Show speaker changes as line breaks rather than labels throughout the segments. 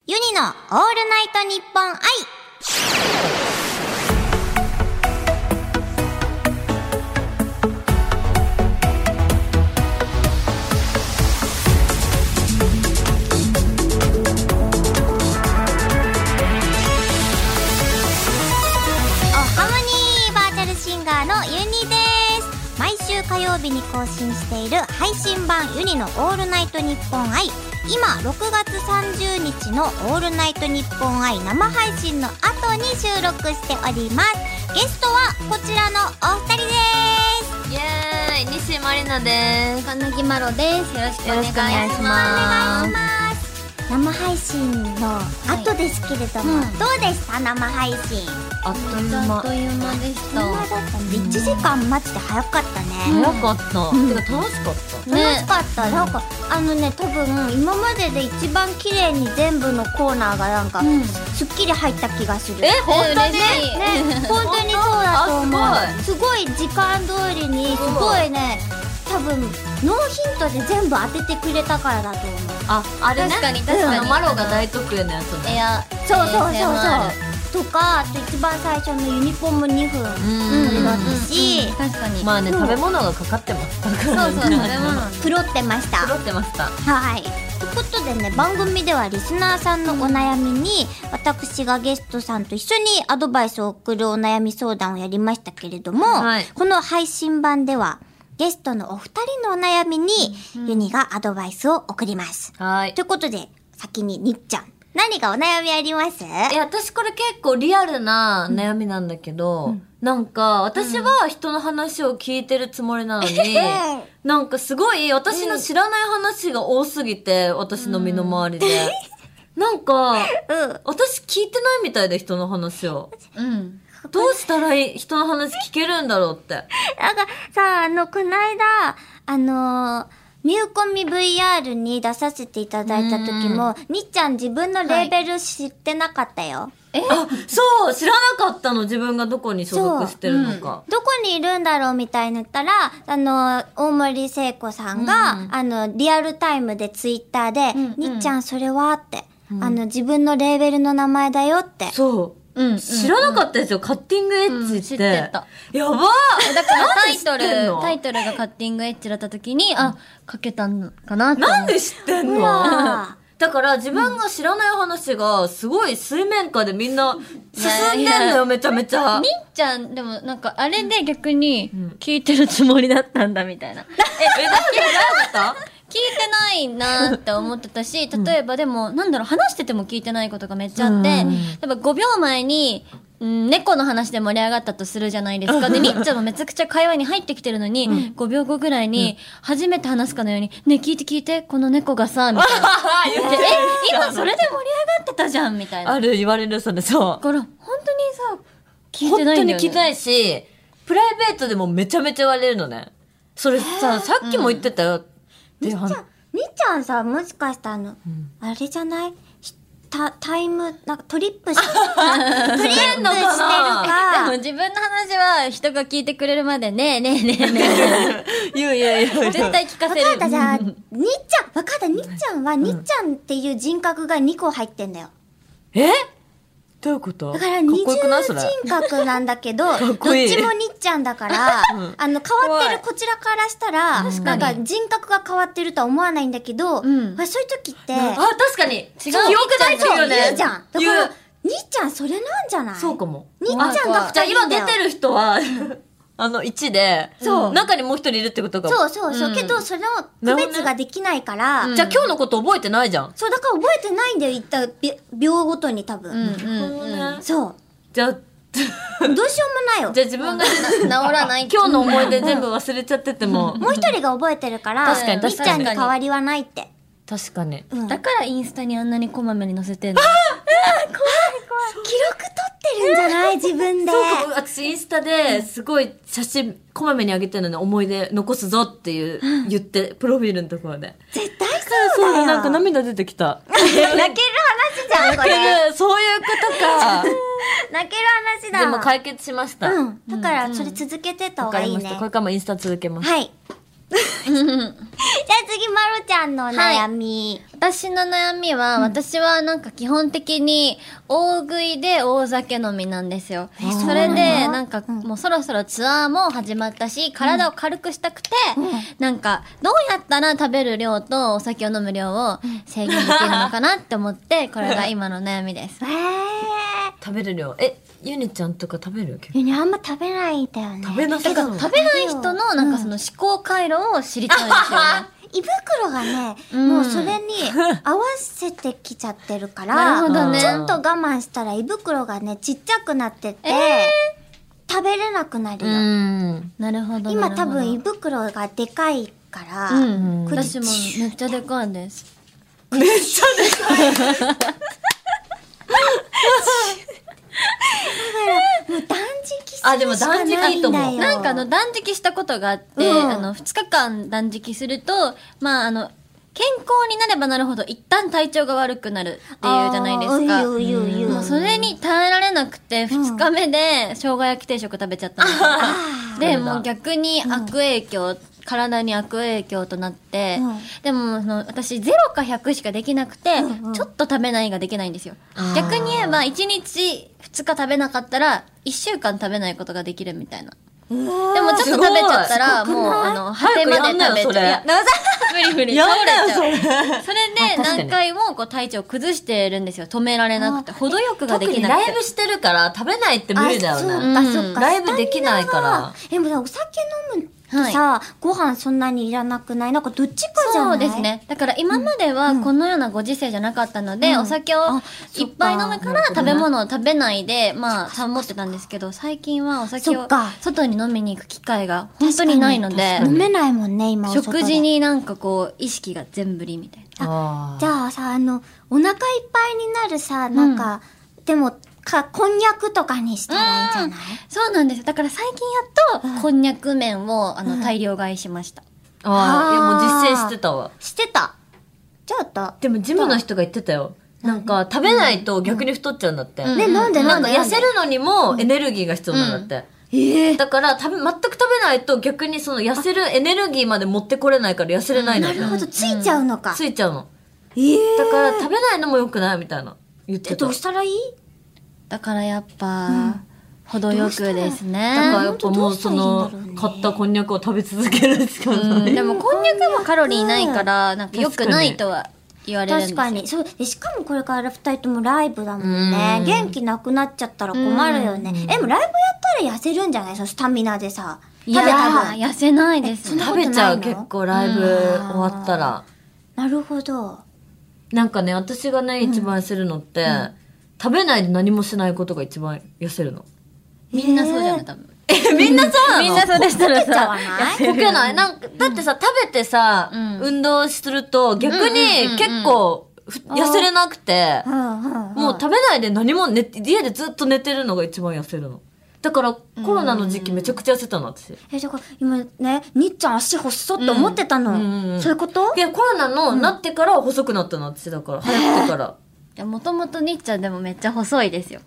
のオールナイトニッポン愛おハモニーバーチャルシンガーのユニです毎週火曜日に更新している配信版ユニの「オールナイトニッポン愛」今6月30日の「オールナイトニッポン愛」生配信の後に収録しておりますゲストはこちらのお二人です
イエーイ西まりなです
金木まろです。よろしくお願いします。
よろしくお願
お願いします生配信の後ですけれども、
はいうん
どうでした生配信
あっという
あ
間
っという間でし
そんなだ
た。
ったね1時間待ちで早かったね、
早かった、
うん
てか楽しかった
ね
楽しかった、なんかあのね多分今までで一番綺麗に全部のコーナーがなんか、
うん
すっきり入った気がする
え本当に
嬉しい
ね、本当にそうだと思
あ
うすごい時間通りにすごいね多分ノーヒントで全部当ててくれたからだと思う
ああれね
確かに確かに
あのマロが大得意なやつね
エア、
そうそうそう
ASMR
そうとかあと一番最初のユニフォーム2分
うん
だったし
うん確かに。
まあね
うん
食べ物がかかってましたか
そ
ら
うそう、
ね
食べ物。
プロってました
揃ってました
はい。ということでね番組ではリスナーさんのお悩みに私がゲストさんと一緒にアドバイスを送るお悩み相談をやりましたけれども、
はい
この配信版ではゲストのお二人のお悩みにユニがアドバイスを送ります。
はい
ということで先ににっちゃん何がお悩みあります
いや私これ結構リアルな悩みなんだけど、なんか私は人の話を聞いてるつもりなのに、なんかすごい私の知らない話が多すぎて、私の身の回りで。なんか、
うん
私聞いてないみたいで人の話を。
うん。
どうしたらいい人の話聞けるんだろうって。
なんかさ、あの、この間、あのー、ミューコミ VR に出させていただいた時も、にっちゃん自分のレーベル知ってなかったよ。
あ、そう知らなかったの自分がどこに所属してるのか。
どこにいるんだろうみたいになったら、あの、大森聖子さんが、あの、リアルタイムでツイッターで、
うん
にっちゃんそれはって、あの、自分のレーベルの名前だよって。
そう。
うん。
知らなかったですよ、カッティングエッジって。
うん知ってた
やばっ
うんだからタイト
なんで知ってんの
ル、タイトルがカッティングエッジだった時に、あ、かけたんかなって思う。
なんで知ってん
う
の
わ
だから自分が知らない話がすごい水面下でみんな進んでんのよめちゃめちゃ
み。っちゃん、でもなんかあれで逆に聞いてるつもりだったんだみたいな。
え、だって違うこ
聞いてないなって思ってたし、例えばでも、なんだろう、話してても聞いてないことがめっちゃあって、例えば5秒前に、うん猫の話で盛り上がったとするじゃないですか。で、みっちゃんもめちゃくちゃ会話に入ってきてるのに、5秒後ぐらいに、初めて話すかのように、ねえ、聞いて聞いて、この猫がさ、みたいな。
と 言っ
で
て
え、今それで盛り上がってたじゃん、みたいな。
あ
だ
る言われるそれそう。
から、本当にさ、聞い
本
てない
当
んだ
に
よ、ね。
聞いてないし、プライベートでもめちゃめちゃ言われるのね。それさ、さっきも言ってたよっていう話。
にっちゃんさ、もしかしたらあの、あれじゃないひタタイム、なんかトリップし、トリップしてる
のか
で
か
も。自分の話は人が聞いてくれるまでねえねえねえね
言う言う言う言
え
う
絶対聞かせる。
わかったじゃあ、にっちゃん、わかった、にっちゃんは、にっちゃんっていう人格が2個入ってんだよ。
えどういうこと
だから
かっ
二重
こよくないそれ。
人格なんだけ ど、どっ
っこいい
ちもにっちゃんだから、あの、変わってるこちらからしたら、なんか人格が変わってるとは思わないんだけど、
ん
まあそういう時って、
あ、確かに違う。記憶ないって
そ、
いううね。
言うじゃん。だか
言
ら
う、
にっちゃんそれなんじゃない
そうかも。
にっちゃんが
じゃあ
2人
今
だ
出
よ
てる人は、 あの1で、
そう
中にもう一人いるってことかも。
そうそうそう。
うん
けど、その区別ができないから、
じゃあ今日のこと覚えてないじゃん。
そう、だから覚えてないんだよ、言ったび秒ごとに多
う
分。
んうん。
そう。
じゃあ、
どうしようもないよ
じ。ゃあ自分が
治らない
今日の思い出全部忘れちゃってても。
もう一人が覚えてるから、
確
か
みっ
に確
ち
か
ゃん
に
に変わりはないって。
確かに。
うん、
だ
記録
からインスタにあんなにこまめに載せてんの
取ってるんじゃ ない自分で。
そうかも私インスタですごい写真こまめに上げてるのに思い出残すぞっていう言ってプロフィールのところで
絶対そうだよ。
なんか涙出てき た
泣ける話じゃん、こ
泣け
れ。
るそういうことか
泣ける話だ。
でも解決しました、
うん。だから、それ続けてった方
わか
がい
り
い
ました
ね
こ。れからもインスタ続けます
はい。 じゃあ次、まるちゃんの悩み。
私の悩みは、私はなんか基本的に大食いで大酒飲みなんですよ。それで、なんかもうそろそろツアーも始まったし、体を軽くしたくて、なんかどうやったら食べる量とお酒を飲む量を制限できるのかなって思って、これが今の悩みです。
えー。
食べる量。え、ゆねちゃんとか食べる結構
ユニあんま食べないんだよね。
食べなさ
だから
そう。
食べない人のなんかその思考回路を知りたいんですよね。
胃袋がね、
うん
もうそれに 合わせてきちゃってるから、
なるほどね
ちょっと我慢したら胃袋がね、ちっちゃくなってて、食べれなくなる
う
よ。
ん。
なるほど。
今
なる
多
ほど
分胃袋がでかいから、
うん、
口
私もめっちゃでかいです。
断食するしかないんだよ。
あでも断食いいと思う
なんかあの断食したことがあって、
うん
あの2日間断食すると、まああの健康になればなるほど一旦体調が悪くなるっていうじゃないです
あ
か。
ーういういういう
もうそれに耐えられなくて2日目で生姜焼き定食食べちゃったんですよ
あ
で
ダメだ
もう逆に悪影響、体に悪影響となって、
うん
でもその私0か100しかできなくて、
んうん
ちょっと食べないができないんですよ
あー
逆に言えば1日2日食べなかったら1週間食べないことができるみたいな
ー
でもちょっと食べちゃったら
すごい
もうあの果てまで食べ
早くやんなよそ
ち
れ
ゃういや無理無理
や
倒
だ
れちゃう
よ、そ れ。
それで何回もこう体調崩してるんですよ止められなくて
あー
程よくが
特
でき
に
なく
ラ
て
イブしてるから食べないって無理だよ
あ
ね。
そうか、
うん
そっか。
ライブできないから
スタミナが。でもさお酒飲むとさ、ご飯そんなにいらなくないなんかどっちかじゃ
そ
な
う
い
です。ね。だから今まではこのようなご時世じゃなかったので、
うん
お酒を
あ
いっぱい飲むから食べ物を食べないで、まあ、保ってたんですけど、最近はお酒
そっ
を
か
外に飲みに行く機会が本当にないので、
飲めないもんね、今お外で
食事。になんかこう、意識が全振りみたいな。
あー
じゃあさ、あの、お腹いっぱいになるさ、なんか、でも、か、こんにゃくとかにしたらいいんじゃない
そうなんです。だから最近やっと、こんにゃく麺を、あの、大量買いしました。
あー、いやもう実践してたわ。
してた。じゃあた。
でもジムの人が言ってたよ。なんか食べないと逆に太っちゃうんだって。
うん
ね、なんで
な
なん
んか
で
痩せるのにもエネルギーが必要なんだって。
ええ
だから食べ、全く食べないと逆にその痩せるエネルギーまで持ってこれないから痩せれないんだ
な
って
る。ほど、ついちゃうのか。
ついちゃうの。
ええ
だから食べないのも良くないみたいな。言っ
え
てた。
どう
だ
したらいい
だからやっぱ、程よくです
から
ね。
やっぱもうその
どうしたらいいんだろうね、
買ったこんにゃくを食べ続けるしか
うん
ない。
でもこんにゃくもカロリーないから、なんか良くないとは言われるんです
確
よ
かにそうでしかもこれから二人ともライブだもんね
うん
元気なくなっちゃったら困るよねえでもライブやったら痩せるんじゃないそのスタミナでさ
い
食べ
や
た
ー、痩せないです
えそんな
ね。
食べちゃう
そんなことないの
結構ライブ終わったら。
なるほど
なんかね、私がね、一番痩せるのって、食べないで何もしないことが一番痩せるの。
みんなそうじゃない、多分。
え、みんなそうなの
みんなそうでしたら
食べちゃわ
さ。
ない
溶けないなんか、だってさ、食べてさ、
うん
運動すると逆
うんうんうんう
に
ん
結構ふ痩せれなくて、
うんうん
もう食べないで何も寝、家でずっと寝てるのが一番痩せるの。だからコロナの時期めちゃくちゃ痩せたの、私。い
えだから今ねにっちゃん足細っと思ってたの、
うんうんうん
そういうこと
や、コロナのなってから細くなったの、私だから。流行ってから。
もともとにっちゃんでもめっちゃ細いですよ。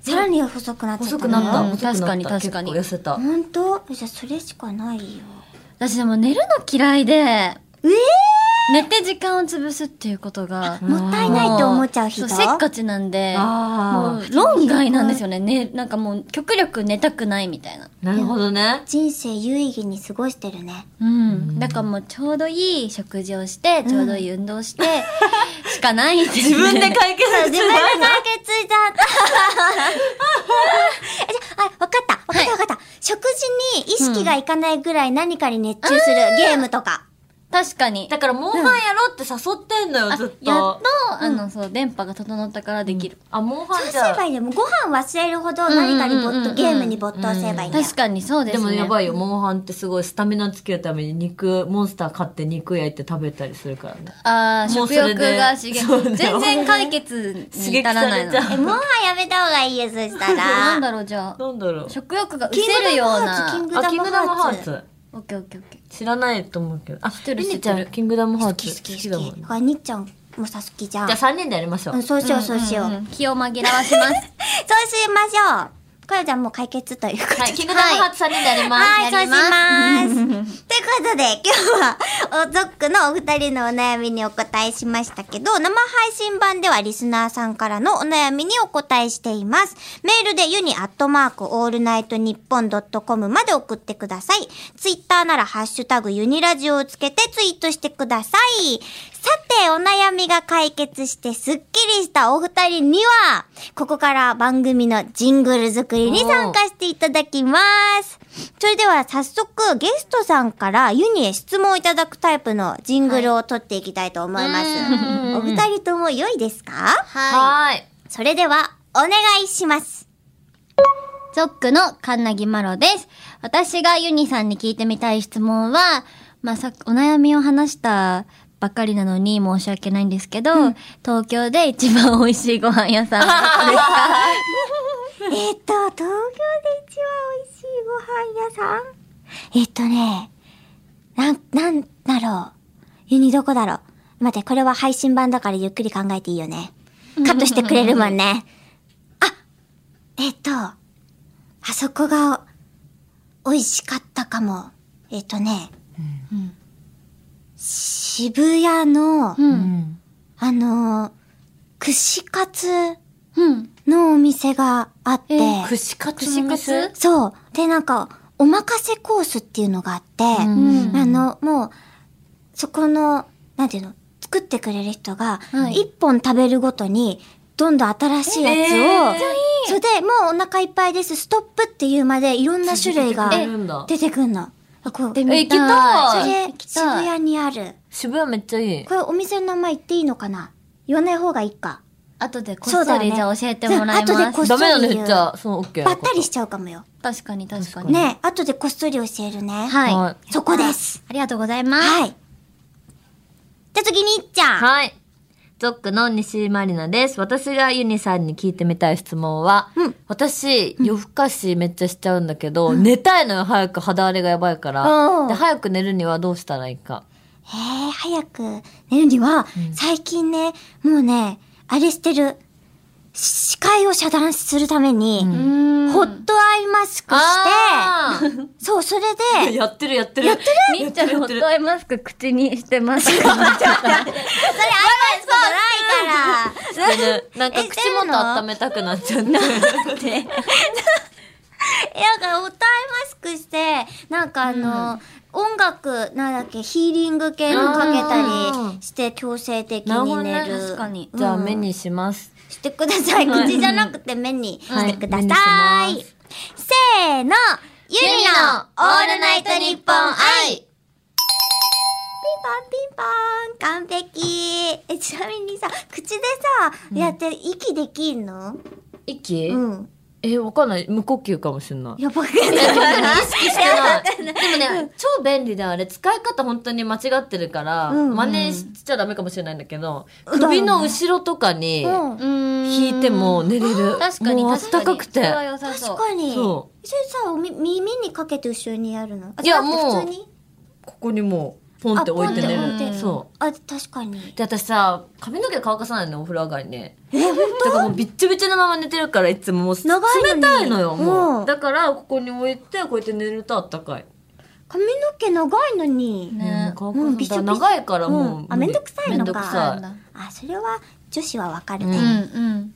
さらに細くなっちゃったの
細くなった。
うん
細くなった
確かに確かに
結構痩せた。
本当じゃあそれしかないよ
私でも寝るの嫌いで、
え
寝て時間を潰すっていうことが。
ー、もったいないと思っちゃう人
もそせっかちなんで、も
あ
う論外なんですよね。ね、なんかもう極力寝たくないみたいな。
あ。なるほどね。
人生有意義に過ごしてるね
うん。だからもうちょうどいい食事をして、ちょうどいい運動して、しかないですね
自分で 解
自
決し
分で
てないの
解決しちゃった。えじゃあ、あわかった。わかったわかった、食事に意識がいかないぐらい何かに熱中する、ゲームとか。
確かに。
だから、モンハンやろうって誘ってんのよ、ずっと。
やっと、あの、そう、電波が整ったからできる。
あ、モン
そう
ハン
す
じ
れ
ゃ
ばいいね。もうご飯忘れるほど何かに没
うんうんうんう
頭、
ん
ゲームに没頭すればいいんだよ。
確かにそうで
ですも
ね。
やばいよ、モンハンってすごいスタミナつけるために肉、モンスター買って肉焼いて食べたりするからね。
ああ、
もう
食
それ
欲
で
が刺激
そうだ。よ
全然解決に至らないの。
刺激さ
え、
れ
え
もうやめた方がいいよ、そした
な
ら。
んだろう、じゃあ。
なんだろう。
食欲が失せるような。
キング
あ、キングダムハー
キング
ツ。
オッケーオッケーオッケー。
知らないと思うけど。あ、
てる
り
知
に
っ
ち
てる
ゃん、キングダムハー
好
ツ
き好
好き
き
だも
好
ん
き。
ね
だ。から、にっちゃんもさ、好きじゃん。
じゃあ3人でやりましょう。
うん、そうしよう、そうしよう。
んんん気を紛らわします。
そうしましょう。これじゃあもう解決ということで
はい、キングダムハーツ3人でやります。
はい、そうします。というこことで、今日は、おゾックのお二人のお悩みにお答えしましたけど、生配信版ではリスナーさんからのお悩みにお答えしています。メールでユニアットマークオールナイトニッポンドットコムまで送ってください。ツイッターならハッシュタグユニラジオをつけてツイートしてください。さて、お悩みが解決してすっきりしたお二人には、ここから番組のジングル作りに参加していただきます。それでは早速ゲストさんからユニへ質問をいただくタイプのジングルを取っていきたいと思います。
はい
お二人とも良いですか
は
はーい。
それではお願いします。
い。ゾックのカンナギマロです。私がユニさんに聞いてみたい質問は、まあ、さっきお悩みを話したばかりなのに申し訳ないんですけど、東京で一番美味しいご飯屋さんはどこですか
えっと、東京で一番美味しいご飯屋さんえっとね、なん、なんだろう。ユニどこだろう。待って、これは配信版だからゆっくり考えていいよね。 カットしてくれるもんね。あえっと、あそこが、美味しかったかも。えっとね、
ん
渋谷の、
う。
うんん。
あのー、串カツ
うん。
のお店があって、
えー
串カツ
串
の
カ
店
ツ
そう。で、なんか、おまかせコースっていうのがあって、
ん
あの、もう、そこの、なんていうの、作ってくれる人が、一、
はい
本食べるごとに、どんどん新しいやつを、
え
それで、もうお腹いっぱいです、ストップっていうまで、いろんな種類が
えなんだ
出てくるの。こう
で
そ
も
え行きたい。
れ
行、き
渋
たい
谷にある。
渋谷めっちゃいい
こ。れお店の名前言っていいのかな言わない方がいいか。
後でこ
そ
っ
うだ
そ
よね
りじゃあ教えてもらい
じゃあ
ま
後でこ
す。
ダ
っそり
メだ
言
ね、
う
じゃあ、そのオッケー。
ばったりしちゃうかもよ。
確かに確かに。
ねえ、後でこっそり教えるね。
はい。
は
そこです。
ありがとうございます。
はい。じゃあ次にいっちゃん。
はい。ゾックの西井まりなです。私がユニさんに聞いてみたい質問は、
うん
私、夜更かしめっちゃしちゃうんだけど、寝たいのよ、早く肌荒れがやばいから
お。う
で、早く寝るにはどうしたらいいか。
へえ、早く寝るには、最近ね、もうね、あれしてる。視界を遮断するために、
うん
ホットアイマスクして、そう、それで、
やってるやってる。やってる
みっちゃんホットアイマスク口にしてます。
それアイマスクじゃないから。
なんか
え
口元温めたくなっちゃって。
なんか、ホットアイマスクして、なんかあの、音楽、なんだっけ、ヒーリング系のかけたりして、強制的に寝
なる
る。
ほどね
確かに
うん
じゃあ、目にします。
してください。口じゃなくて目にしてください。
はい目にし
せーの、ゆりのオールナイトニッポン愛ピンポンピンポン完璧え、ちなみにさ、口でさ、やって息できんの
息
うん。
え、わかんない。無呼吸かもしんない。
やばくない
意識して ない。でもね、超便利であれ、使い方本当に間違ってるから、
うんうん
真似しちゃダメかもしれないんだけど、
ん
首の後ろとかに
うん。
引いても寝れる。
確かに
もうあっ
確か
た
に。
かくて。
それは
あ
良さそ
確
う。
かに。
そ
それさ、おみ耳にかけて後ろにやるのあ
いや
じゃなくて
もう
普通に
ここにもう、ポンって置いて寝
あポンって置い
る。
て
そ
あ、確かに
う。。で、私さ、髪の毛乾かさないのね、お風呂上がりね。え、だからもうびっちょびちょのまま寝てるから、いつももう
長いの
冷
に
たいのよ、も
うん
う。だから、ここに置いて、こうやって寝るとあったかい。
髪の毛長いのに。
ね
もう
うん
乾
び
か
しょ
さ
びしょ
ない。長いからもう
う
無
ん
理。
あめんどくさいのか
めんどくさい。
あ、それは女子はわかるね。
う
と
ん
いう
うん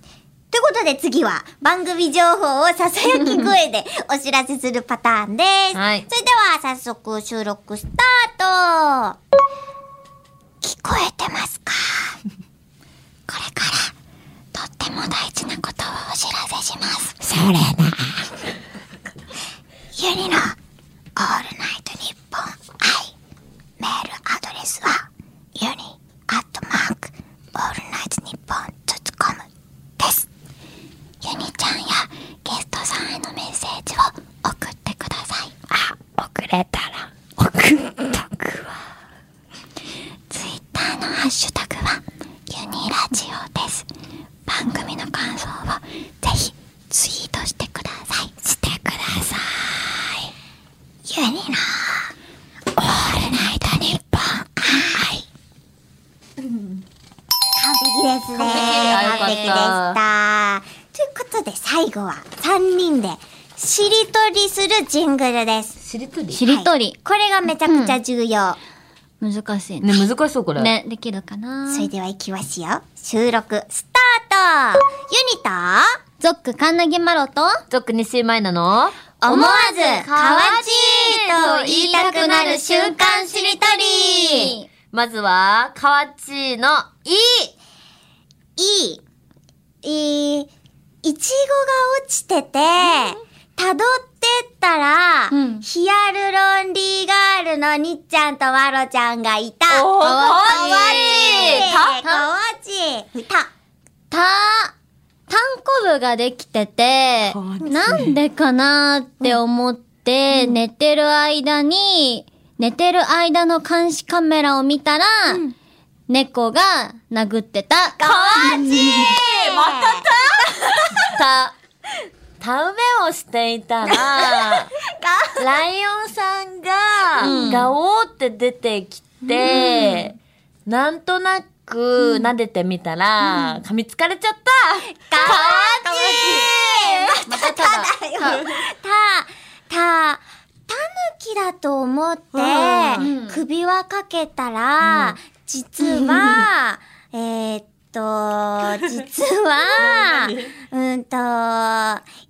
ことで次は番組情報をささやき声でお知らせするパターンです。
はい
それでは早速収録スタート聞こえてます かこれからとっても大事なことをお知らせします。それだ。ゆりのオールナイトニッポン愛メールアドレスはユニアットマークオールナイトニッポンドットコムですユニちゃんやゲストさんへのメッセージを送ってくださいあ送れたら送っとくわツイッターのハッシュタグはユニラジオです番組の感想をぜひツイートしてくださいしてくださいユニのオールナイトニッポンはい完璧ですね
完璧
完璧でしたということで最後は3人でしりとりするジングルです。
しりとり
しりとり。
これがめちゃくちゃ重要。
難しいね。
ね、難しそう、これ。
ね、できるかな
それでは行きますよ。収録スタートユニと
ゾック、カンナギマロと、
ゾック西舞なの
思わずかわちいと言いたくなる瞬間しりとり
まずは、かわちーの、い
いい、いい、いちごが落ちてて、たどってったら、
うん
ヒアルロンリーガールのにっちゃんとわろちゃんがいた。
おー
かわちい
かわちい
かわちいた。
た、単行部ができてて
かわ、いい
なんでかなって思って、寝てる間に、寝てる間の監視カメラを見たら、猫が殴ってた。かわ
ちいま
た、田植えをしていたら、ライオンさん
うん
が、ガオーって出てきて、なんとなく撫でてみたら、噛みつかれちゃった。かわちいまたただ、
た、た、たぬきだと思って、
うん
首輪かけたら、実 は、えーっと、実は、うんと、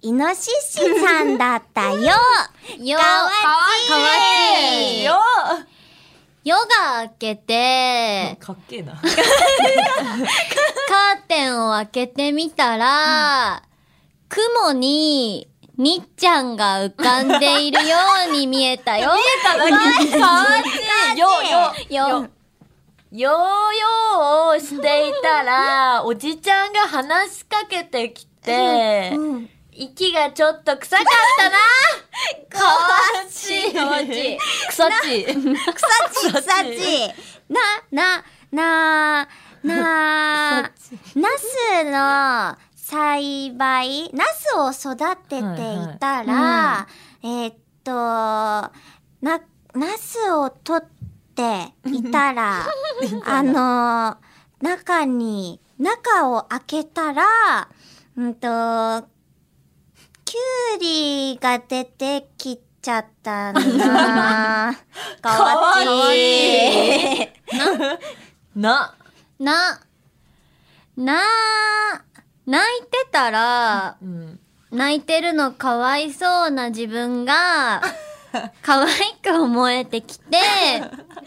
イノシシさんだったよ。
いいよ
かわ
かわ
ち
ち
い
い
よ
夜が明けて、
かっけえな。
カーテンを開けてみたら、雲に、にっちゃんが浮かんでいるように見えた よ。
かわちいよよよ
よ、
ヨーヨーをしていたら、おじちゃんが話しかけてきて、
うん
息がちょっと臭かったなかわちい
かわちい
草ちい
草地、草地。な、な、な、な、ナスの栽培、ナスを育てていたら、えーっと、な、ナスを取っていたら、あの、中に、中を開けたら、うんと、キュウリが出てきちゃったんだ。かわちい。
かわい な、
な、な、泣いてたら、
うん、
泣いてるのかわいそうな自分が、可愛く思えてきて、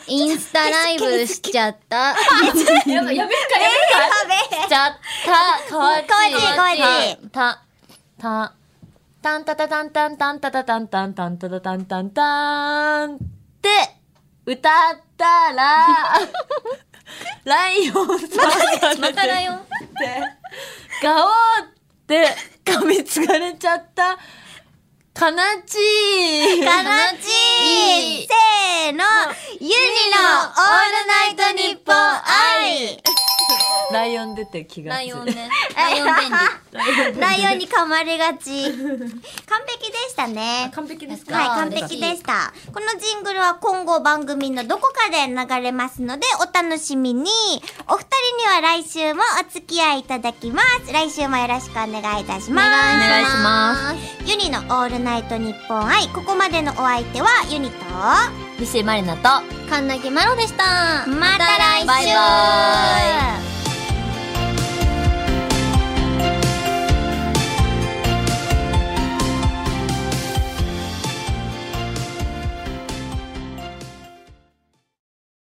インスタライブしちゃった。し
やばやめるかや
や
めちゃったかわちい
かわちいかわち
たたたんたたたんたんたんたたたんたんたんたたたんたんたんって歌ったらライオンさんが出てきて
またライオン
ガオーって噛みつかれちゃったかなちい
べ。かなち
い
い。
い
せーの。ゆりのオールナイトニッポン愛。
ライオン出て気が
ラ
つい
イオンね。ライオン便利。
ライオンに噛まれがち。完璧でしたね。
完璧ですか
はい、完璧でした。このジングルは今後番組のどこかで流れますので、お楽しみに。お二人には来週もお付き合いいただきます。来週もよろしくお願いいたします。。
お願いします
ユニのオールナイトニッポン愛。ここまでのお相手はユニと、
西井まりなと
カンナギマロでした。
また来